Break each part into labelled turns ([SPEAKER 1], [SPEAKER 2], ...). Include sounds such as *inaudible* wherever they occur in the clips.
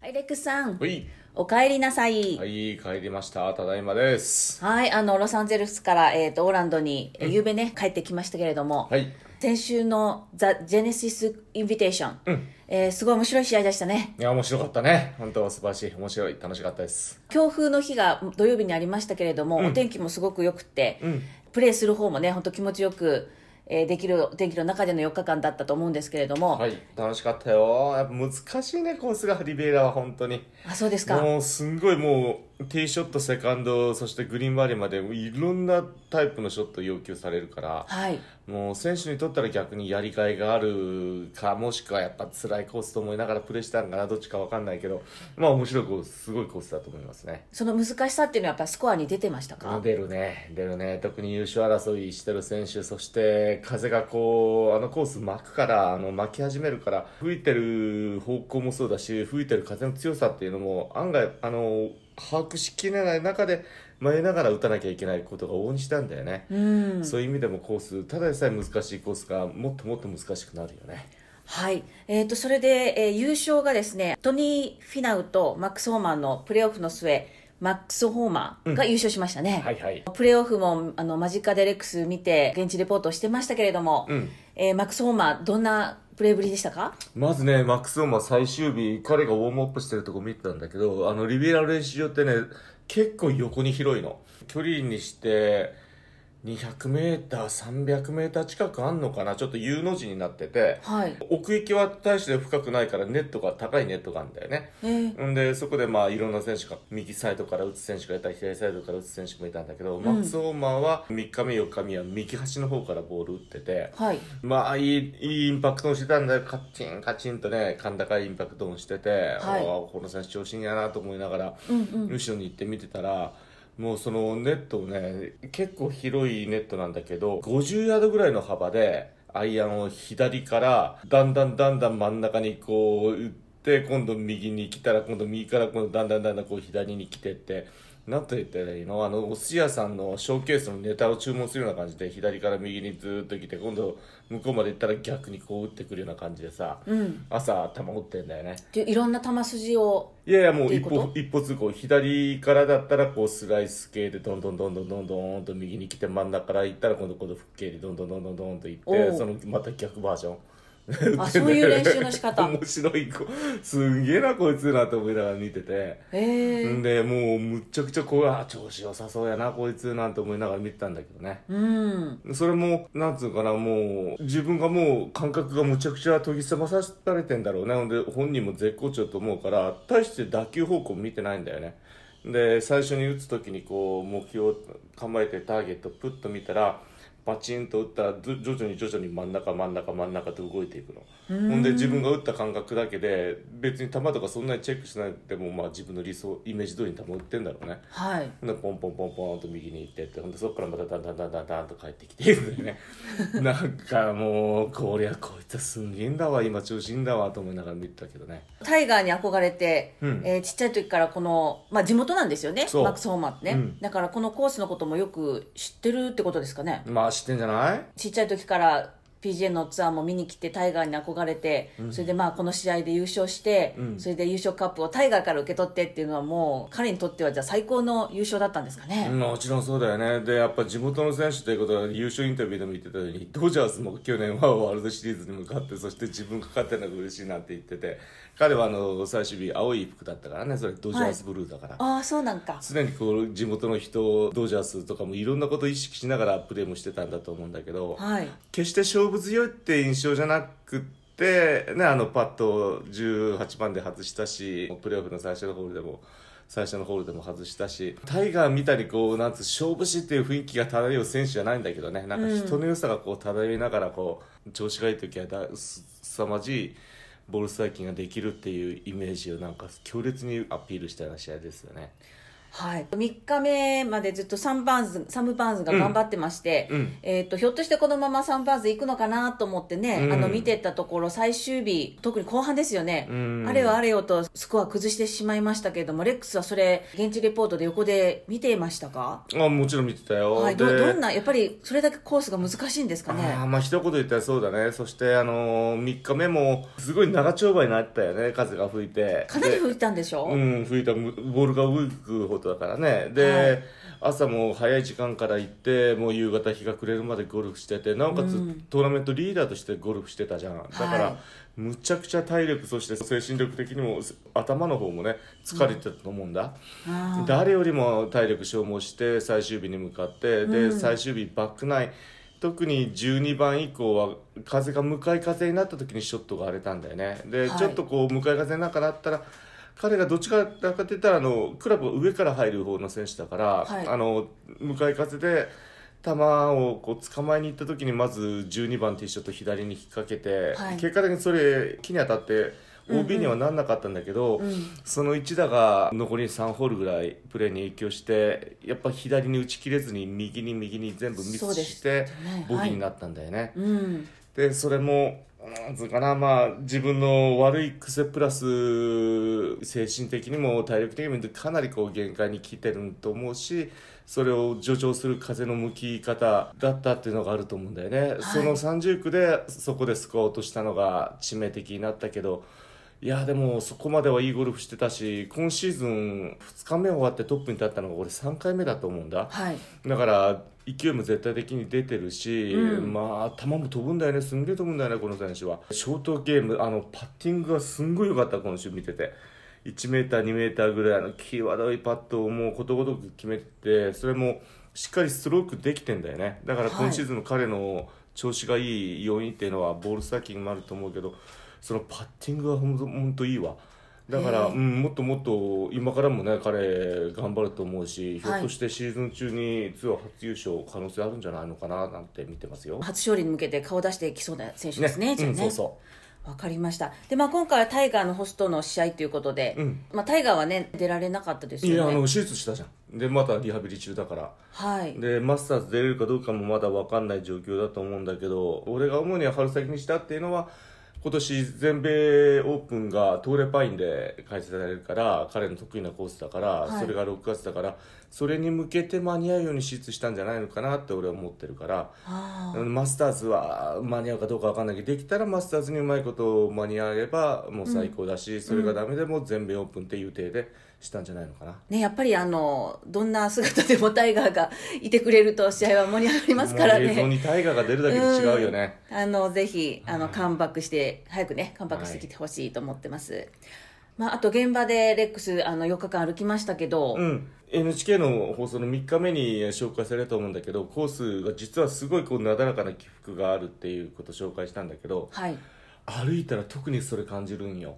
[SPEAKER 1] はい、レックスさん、
[SPEAKER 2] ほい。
[SPEAKER 1] お帰りなさい。は、
[SPEAKER 2] はいい、帰りました。ただいまです。
[SPEAKER 1] あの、ロサンゼルスから、えっ、と、オーランドに、えー夕べね、帰ってきましたけれども、
[SPEAKER 2] はい。
[SPEAKER 1] 先週のザ・ジェネシス・インビテーション、えーすごい面白い試合でしたね。
[SPEAKER 2] いや、面白かったね。本当素晴らしい。面白い。楽しかったです。
[SPEAKER 1] 強風の日が土曜日にありましたけれども、お天気もすごく良くて、プレーする方もね、本当気持ちよく、えーできるお天気の中での4日間だったと思うんですけれども、
[SPEAKER 2] はい、楽しかったよ。やっぱ難しいね、コースが、リベイラは本当に。
[SPEAKER 1] あ、そうですか。
[SPEAKER 2] もう、すんごいもう、ティーショット、セカンド、そしてグリーンバレーまで、いろんなタイプのショット要求されるから、
[SPEAKER 1] はい。
[SPEAKER 2] もう、選手にとったら逆にやりがいがあるか、もしくはやっぱ辛いコースと思いながらプレーしたんかな、どっちかわかんないけど、まあ、面白いコース、すごいコースだと思いますね。
[SPEAKER 1] その難しさっていうのはやっぱスコアに出てましたか
[SPEAKER 2] 出るね、出るね、特に優勝争いしてる選手、そして風がこう、あのコース巻くから、あの巻き始めるから、吹いてる方向もそうだし、吹いてる風の強さっていうのも、案外、あの把握しきれない中で、迷いながら打たなきゃいけないことが往々にしたんだよね、
[SPEAKER 1] うん。
[SPEAKER 2] そういう意味でもコース、ただでさえ難しいコースが、もっともっと難しくなるよね。
[SPEAKER 1] はい、えー、とそれで、えー優勝がですねトニー・フィナウとマックス・ホーマンのプレーオフの末マックス・ホーマンが優勝しましたね、
[SPEAKER 2] はいはい。
[SPEAKER 1] プレーオフもあの間近でレックス見て現地レポートをしてましたけれども、
[SPEAKER 2] うん
[SPEAKER 1] えーマックス・ホーマンどんなプレーぶりでしたか
[SPEAKER 2] まずね、マックス・オーマー最終日、彼がウォームアップしてるとこ見てたんだけど、あの、リベラル練習場ってね、結構横に広いの。距離にして、200メーター、300メーター近くあんのかなちょっと U の字になってて、
[SPEAKER 1] はい、
[SPEAKER 2] 奥行きは大して深くないからネットが、高いネットがあるんだよね。
[SPEAKER 1] えー
[SPEAKER 2] んで、そこでまあいろんな選手が、右サイドから打つ選手がいたり、左サイドから打つ選手もいたんだけど、マックス・オーマーは3日目、4日目は右端の方からボール打ってて、
[SPEAKER 1] はい、
[SPEAKER 2] まあ、いい、いいインパクトをしてたんだよ。カッチン、カチンとね、甲高いインパクトをしてて、
[SPEAKER 1] はい
[SPEAKER 2] おーこの選手調子いいんやなと思いながら、
[SPEAKER 1] うんうん
[SPEAKER 2] 後ろに行って見てたら、もうそのネットをね、結構広いネットなんだけど、50ヤードぐらいの幅で、アイアンを左から、だんだんだんだん真ん中にこう、打って、今度右に来たら、今度右から、今度だんだんだんだんこう左に来てって、なんと言ったらいいのあの、お寿司屋さんのショーケースのネタを注文するような感じで、左から右にずーっと来て、今度向こうまで行ったら逆にこう打ってくるような感じでさ、
[SPEAKER 1] うん、
[SPEAKER 2] 朝頭打ってんだよね。
[SPEAKER 1] でいろんな球筋を
[SPEAKER 2] いやいや、も
[SPEAKER 1] ってい
[SPEAKER 2] う
[SPEAKER 1] う
[SPEAKER 2] 一
[SPEAKER 1] こと
[SPEAKER 2] 歩、一歩通行。左からだったら、こう、スライス系で、どんどんどんどんどんどんと右に来て、真ん中から行ったら、今度、今度、腹径で、どんどんどんどんどんと行っ
[SPEAKER 1] おう
[SPEAKER 2] て、その、また逆バージョン。
[SPEAKER 1] あそういう練習の仕方
[SPEAKER 2] 面白い子。すげえな、こいつな、と思いながら見てて。
[SPEAKER 1] えー
[SPEAKER 2] んで、もう、むっちゃくちゃ、こう、あ、調子良さそうやな、こいつ、なんて思いながら見てたんだけどね。
[SPEAKER 1] うん
[SPEAKER 2] それも、なんつうかな、もう、自分がもう、感覚がむちゃくちゃ研ぎ澄まされてんだろうね。ほんで、本人も絶好調と思うから、大して打球方向見てないんだよね。で、最初に打つ時にこう、目標を構えてターゲットプッと見たら、バチンと打ったら、ず徐々に徐々に真ん中真ん中真ん中と動いていくの。ほんで、自分が打った感覚だけで、別に球とかそんなにチェックしないでも、まあ自分の理想、イメージ通りに球打ってんだろうね。
[SPEAKER 1] はい
[SPEAKER 2] ほんでポンポンポンポンと右に行ってってほんでそこからまただんだんだんだんだんと帰ってきてるんだよねなんかもうこりゃこいつすんげえんだわ今調子いいんだわと思いながら見てたけどね
[SPEAKER 1] タイガーに憧れて、
[SPEAKER 2] うん
[SPEAKER 1] えーちっちゃい時からこの、まあ、地元なんですよね
[SPEAKER 2] そう
[SPEAKER 1] マックス・ホーマーってね、
[SPEAKER 2] うん
[SPEAKER 1] だからこのコースのこともよく知ってるってことですかね
[SPEAKER 2] まあ知ってんじゃない
[SPEAKER 1] ちっちゃい時から PGA のツアーも見に来てタイガーに憧れて、それでまあこの試合で優勝して、
[SPEAKER 2] うん
[SPEAKER 1] それで優勝カップをタイガーから受け取ってっていうのはもう彼にとってはじゃあ最高の優勝だったんですかね、
[SPEAKER 2] もちろんそうだよねでやっぱ地元の選手ということは優勝インタビューでも言ってたようにドジャースも去年はワールドシリーズに向かってそして自分が勝ってるのが嬉しいなって言ってて彼はあの最終日青い服だったからねそれドジャースブルーだから、
[SPEAKER 1] ああそうなんか
[SPEAKER 2] 常にこう地元の人ドジャースとかもいろんなことを意識しながらプレーもしてたんだと思うんだけど、
[SPEAKER 1] はい
[SPEAKER 2] 決して勝負強いって印象じゃなくって、ね、あのパットを18番で外したしプレーオフの最初のホールでも最初のホールでも外したしタイガーみたいにこうなんつう勝負師っていう雰囲気が漂う選手じゃないんだけどねなんか人の良さがこう漂いながらこう調子がいい時はだす凄まじいボールストライキングができるっていうイメージをなんか強烈にアピールしたような試合ですよね。
[SPEAKER 1] はい、3日目までずっとサンバーンズサム・バーンズが頑張ってまして、
[SPEAKER 2] うん
[SPEAKER 1] えー、とひょっとしてこのままサンバーンズ行くのかなと思ってね、
[SPEAKER 2] うん
[SPEAKER 1] あの見てたところ最終日特に後半ですよね、
[SPEAKER 2] うん
[SPEAKER 1] あれよあれよとスコア崩してしまいましたけれどもレックスはそれ現地レポートで横で見ていましたか、
[SPEAKER 2] あもちろん見てたよ、
[SPEAKER 1] はい、
[SPEAKER 2] で
[SPEAKER 1] どどんなやっぱりそれだけコースが難しいんですか
[SPEAKER 2] あー
[SPEAKER 1] ね
[SPEAKER 2] まあ一言言ったらそうだねそしてあのー、3日目もすごい長丁場になったよね風が吹いて
[SPEAKER 1] かなり
[SPEAKER 2] で
[SPEAKER 1] 吹いたんでしょ、
[SPEAKER 2] うん、吹いたむボールが動くほどだからねで、
[SPEAKER 1] はい
[SPEAKER 2] 朝も早い時間から行ってもう夕方日が暮れるまでゴルフしててなおかつ、トーナメントリーダーとしてゴルフしてたじゃんだから、
[SPEAKER 1] はい
[SPEAKER 2] むちゃくちゃ体力そして精神力的にも頭の方もね疲れてたと思うんだ、
[SPEAKER 1] あー
[SPEAKER 2] 誰よりも体力消耗して最終日に向かって、で最終日バックナイン特に12番以降は風が向かい風になった時にショットが荒れたんだよねで、
[SPEAKER 1] はい
[SPEAKER 2] ちょっとこう向かい風の中だったら彼がどっちかだかって言ったらあのクラブが上から入る方の選手だから、
[SPEAKER 1] はい
[SPEAKER 2] あの向かい風で球をこう捕まえに行った時にまず12番ティーショット左に引っ掛けて、
[SPEAKER 1] はい
[SPEAKER 2] 結果的にそれ木に当たって OB にはなんなかったんだけど、
[SPEAKER 1] うん
[SPEAKER 2] その一打が残り3ホールぐらいプレーに影響してやっぱ左に打ち切れずに右に右に全部ミ
[SPEAKER 1] そう
[SPEAKER 2] ス
[SPEAKER 1] で
[SPEAKER 2] し
[SPEAKER 1] してね
[SPEAKER 2] ボギーになったんだよね。
[SPEAKER 1] うん
[SPEAKER 2] でそれもなんつうかなまあ自分の悪い癖プラス精神的にも体力的にもかなりこう限界に来てると思うしそれを助長する風の向き方だったっていうのがあると思うんだよね、
[SPEAKER 1] い
[SPEAKER 2] その30区でそこでスコアを落としたのが致命的になったけどいやでもそこまではいいゴルフしてたし今シーズン2日目終わってトップに立ったのが俺3回目だと思うんだ。
[SPEAKER 1] はい
[SPEAKER 2] だから勢いも絶対的に出てるし、
[SPEAKER 1] うん
[SPEAKER 2] まあ球も飛ぶんだよねすんげえ飛ぶんだよねこの選手はショートゲームあのパッティングがすんごい良かった今週見てて 1m2m ぐらいの際どいパットをもうことごとく決めてそれもしっかりストロークできてんだよねだから
[SPEAKER 1] はい
[SPEAKER 2] 今シーズンの彼の調子がいい要因っていうのはボールスタッキングもあると思うけどそのパッティングがほんとほんといいわだから、
[SPEAKER 1] へえ
[SPEAKER 2] うん、もっともっと今からもね彼頑張ると思うしひょ
[SPEAKER 1] はい
[SPEAKER 2] っとしてシーズン中にツアー初優勝可能性あるんじゃないのかななんて見てますよ。
[SPEAKER 1] 初勝利に向けて顔出してきそうな選手ですねじゃあ
[SPEAKER 2] うん、
[SPEAKER 1] ね、
[SPEAKER 2] そうそ
[SPEAKER 1] わかりました。で、まあ、今回はタイガーのホストの試合ということで、
[SPEAKER 2] うん
[SPEAKER 1] まあ、タイガーはね、出られなかったです
[SPEAKER 2] う。いや
[SPEAKER 1] よ
[SPEAKER 2] あの
[SPEAKER 1] ね。
[SPEAKER 2] 手術したじゃん。でまたリハビリ中だから。
[SPEAKER 1] はい。
[SPEAKER 2] でマスターズ出れるかどうかもまだ分かんない状況だと思うんだけど俺が思うには春先にしたっていうのは今年全米オープンが東レパインで開催されるから彼の得意なコースだから、
[SPEAKER 1] はい
[SPEAKER 2] それが6月だからそれに向けて間に合うように手術したんじゃないのかなって俺は思ってるから
[SPEAKER 1] あ
[SPEAKER 2] マスターズは間に合うかどうか分かんないけどできたらマスターズにうまいこと間に合えばもう最高だし、それがダメでも全米オープンっていう体でしたんじゃないのかな。
[SPEAKER 1] ーね、やっぱりあの、どんな姿でもタイガーがいてくれると試合は盛り上がりますから
[SPEAKER 2] もう映像
[SPEAKER 1] ね。
[SPEAKER 2] に大河が出るだけで違うよね。
[SPEAKER 1] うんあの、ぜひ、あの、カムバックして、早くね、カムバックしてきてほしいと思ってます。まあ、あと現場でレックス、あの、4日間歩きましたけど、
[SPEAKER 2] うん、NHK の放送の3日目に紹介されたと思うんだけどコースが実はすごいこうなだらかな起伏があるっていうことを紹介したんだけど
[SPEAKER 1] はい。
[SPEAKER 2] 歩いたら特にそれ感じるんよ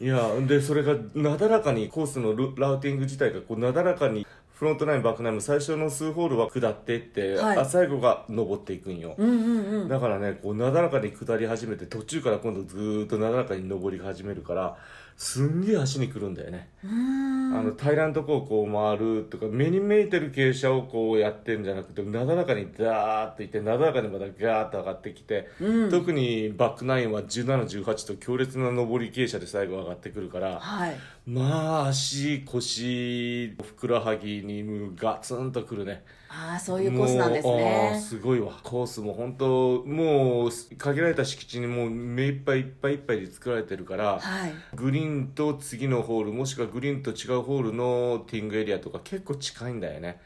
[SPEAKER 2] いやでそれがなだらかにコースのルラウティング自体がこうなだらかにフロントナインバックナインも最初の数ホールは下っていって、
[SPEAKER 1] はい
[SPEAKER 2] あ最後が登っていくんよ、
[SPEAKER 1] うんうんうん。
[SPEAKER 2] だからねこうなだらかに下り始めて途中から今度ずーっとなだらかに登り始めるからすんげえ足にくるんだよねあの平らなとこをこう回るとか目に見えてる傾斜をこうやってんじゃなくてなだらかにダーッといってなだらかにまたガーッと上がってきて、特にバックナインは1718と強烈な上り傾斜で最後上がってくるから
[SPEAKER 1] はい。
[SPEAKER 2] まあ足腰ふくらはぎにもうガツンとくるね
[SPEAKER 1] ああ、そういうコースなんです
[SPEAKER 2] もうあー
[SPEAKER 1] ね。
[SPEAKER 2] すごいわコースも本当もう限られた敷地にもう目いっぱいいっぱいいっぱいで作られてるか
[SPEAKER 1] は
[SPEAKER 2] ら
[SPEAKER 1] い。
[SPEAKER 2] グリーンと次のホールもしくはグリーンと違うホールのティーイングエリアとか結構近いんだよね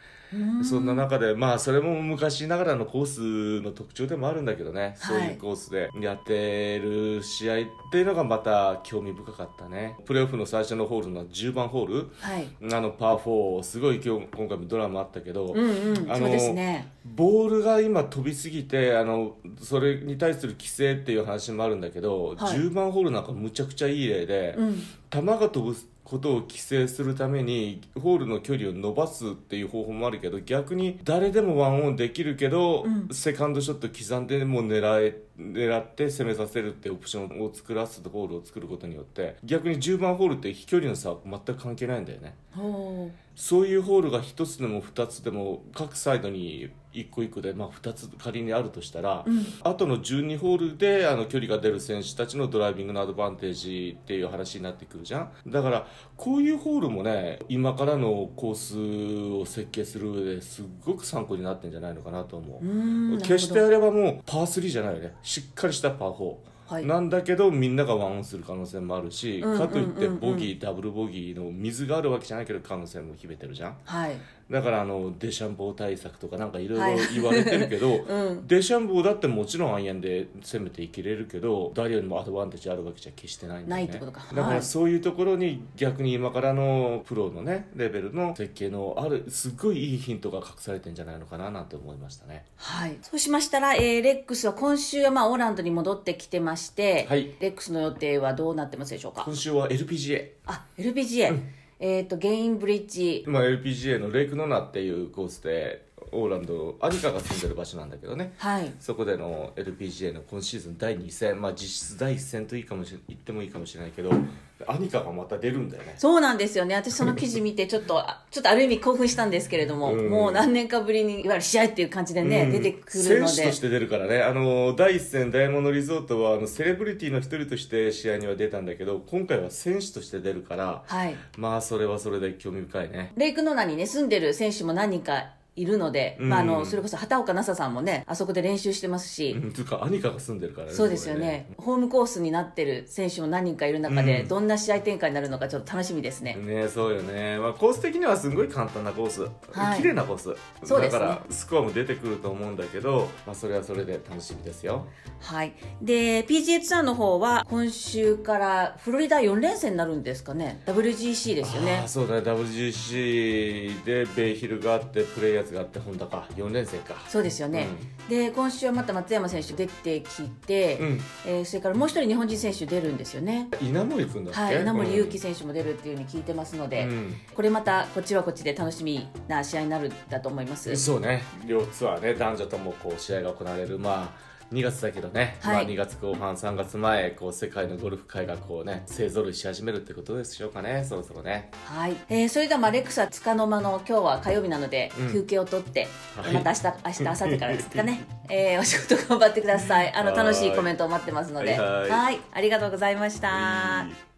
[SPEAKER 2] そんな中でまあそれも昔ながらのコースの特徴でもあるんだけどね、そういうコースでやってる試合っていうのがまた興味深かったねプレーオフの最初のホールの10番ホール
[SPEAKER 1] はい。
[SPEAKER 2] あのパー4すごい今日今回もドラマあったけ
[SPEAKER 1] う
[SPEAKER 2] ど、
[SPEAKER 1] んうん。
[SPEAKER 2] あの
[SPEAKER 1] そうですね。
[SPEAKER 2] ボールが今飛びすぎてあのそれに対する規制っていう話もあるんだけど、
[SPEAKER 1] はい
[SPEAKER 2] 10番ホールなんかむちゃくちゃいい例で、
[SPEAKER 1] うん。
[SPEAKER 2] 球が飛ぶことを規制するためにホールの距離を伸ばすっていう方法もあるけど逆に誰でもワンオンできるけど、
[SPEAKER 1] うん
[SPEAKER 2] セカンドショット刻んでもう狙え狙って攻めさせるってオプションを作らせるホールを作ることによって逆に10番ホールって飛距離の差は全く関係ないんだよね
[SPEAKER 1] ほ
[SPEAKER 2] そういうホールが1つでも2つでも各サイドに1個1個で、まあ、2つ仮にあるとしたら、
[SPEAKER 1] ううん
[SPEAKER 2] 後の12ホールであの距離が出る選手たちのドライビングのアドバンテージっていう話になってくるじゃんだからこういうホールもね今からのコースを設計する上ですっごく参考になってんじゃないのかなと思
[SPEAKER 1] う
[SPEAKER 2] う、
[SPEAKER 1] ん
[SPEAKER 2] 決して
[SPEAKER 1] な
[SPEAKER 2] あ
[SPEAKER 1] る
[SPEAKER 2] ればもうパー3じゃないよねしっかりしたパー4、
[SPEAKER 1] ほどはい
[SPEAKER 2] なんだけどみんながワンオンする可能性もある
[SPEAKER 1] う
[SPEAKER 2] し、
[SPEAKER 1] んうんうんうん
[SPEAKER 2] かといってボギーダブルボギーの水があるわけじゃないけど可能性も秘めてるじゃん
[SPEAKER 1] はい
[SPEAKER 2] だからあのデシャンボー対策とかなんかいろいろ
[SPEAKER 1] はい
[SPEAKER 2] 言われてるけ
[SPEAKER 1] *laughs*
[SPEAKER 2] ど、
[SPEAKER 1] うん
[SPEAKER 2] デシャンボーだってもちろんアイアンで攻めていけれるけど誰よりもアドバンテージあるわけじゃ決してないんだよね
[SPEAKER 1] ないってことか
[SPEAKER 2] だか
[SPEAKER 1] は
[SPEAKER 2] ら
[SPEAKER 1] い
[SPEAKER 2] そういうところに逆に今からのプロのねレベルの設計のあるすごいいいヒントが隠されてんじゃないのかななんて思いましたね
[SPEAKER 1] はい、そうしましたら、えーレックスは今週は、まあ、オーランドに戻ってきてまして、
[SPEAKER 2] はい
[SPEAKER 1] レックスの予定はどうなってますでしょうか
[SPEAKER 2] 今週は LPGA
[SPEAKER 1] あ LPGA、えっ、とゲインブリッジ
[SPEAKER 2] まあ LPGA のレイクノナっていうコースでオーランドアニカが住んでる場所なんだけどね
[SPEAKER 1] はい
[SPEAKER 2] そこでの LPGA の今シーズン第2戦、まあ、実質第1戦といいかもしれ言ってもいいかもしれないけどアニカがまた出るんだよね
[SPEAKER 1] そうなんですよね私その記事見てちょっとあちょっとある意味興奮したんですけれども、
[SPEAKER 2] うん
[SPEAKER 1] もう何年かぶりにいわゆる試合っていう感じでね、
[SPEAKER 2] うん
[SPEAKER 1] 出てくるの
[SPEAKER 2] 選手と
[SPEAKER 1] で
[SPEAKER 2] して出るからねあの第1戦ダイヤモンドリゾートはあのセレブリティの一人として試合には出たんだけど今回は選手として出るから
[SPEAKER 1] はい
[SPEAKER 2] まあそれはそれで興味深いね *laughs*
[SPEAKER 1] レイクノナにね住んでる選手も何人かいるので、
[SPEAKER 2] うん
[SPEAKER 1] まあ、あのそれこそ畑岡奈紗さんもねあそこで練習してますし、
[SPEAKER 2] うんというかアニカが住んでるからね
[SPEAKER 1] そうですよね、ホームコースになってる選手も何人かいる中で、
[SPEAKER 2] うん
[SPEAKER 1] どんな試合展開になるのか、ちょっと楽しみですね。
[SPEAKER 2] ねそうよね、まあ、コース的にはすごい簡単なコース、
[SPEAKER 1] はい
[SPEAKER 2] 綺麗なコース
[SPEAKER 1] そうですね
[SPEAKER 2] だからスコアも出てくると思うんだけど、まあ、それはそれで楽しみですよ
[SPEAKER 1] はい、で、PGA ツアーの方は、今週からフロリダ4連戦になるんですかね、WGC ですよ
[SPEAKER 2] あ
[SPEAKER 1] ね
[SPEAKER 2] ー。そうだね WGC でベイヒルがあってプレイヤーズがあってホンダか4連戦か
[SPEAKER 1] そうですよね、で今週はまた松山選手出てきて、
[SPEAKER 2] うん、
[SPEAKER 1] えーそれからもう一人日本人選手出るんですよね、
[SPEAKER 2] 稲森君だっけ、
[SPEAKER 1] はい、稲森
[SPEAKER 2] うん
[SPEAKER 1] 祐希選手も出るっていうふうに聞いてますので、
[SPEAKER 2] うん
[SPEAKER 1] これまたこっちはこっちで楽しみな試合になるんだと思います。
[SPEAKER 2] そうね両ツアーね男女ともこう試合が行われるまあ2月だけどね、
[SPEAKER 1] はい
[SPEAKER 2] まあ2月後半3月前こう世界のゴルフ界がこうね勢ぞろいし始めるってことでしょうかねそろそろね
[SPEAKER 1] はい、えーそれではまあレックスはつかの間の今日は火曜日なので、
[SPEAKER 2] うん
[SPEAKER 1] 休憩を取って、
[SPEAKER 2] はい
[SPEAKER 1] また明日明日明後日からですかね、 *laughs* えーお仕事頑張ってくださいあの
[SPEAKER 2] はい
[SPEAKER 1] 楽しいコメントを待ってますので
[SPEAKER 2] はいはい
[SPEAKER 1] ありがとうございました。
[SPEAKER 2] はい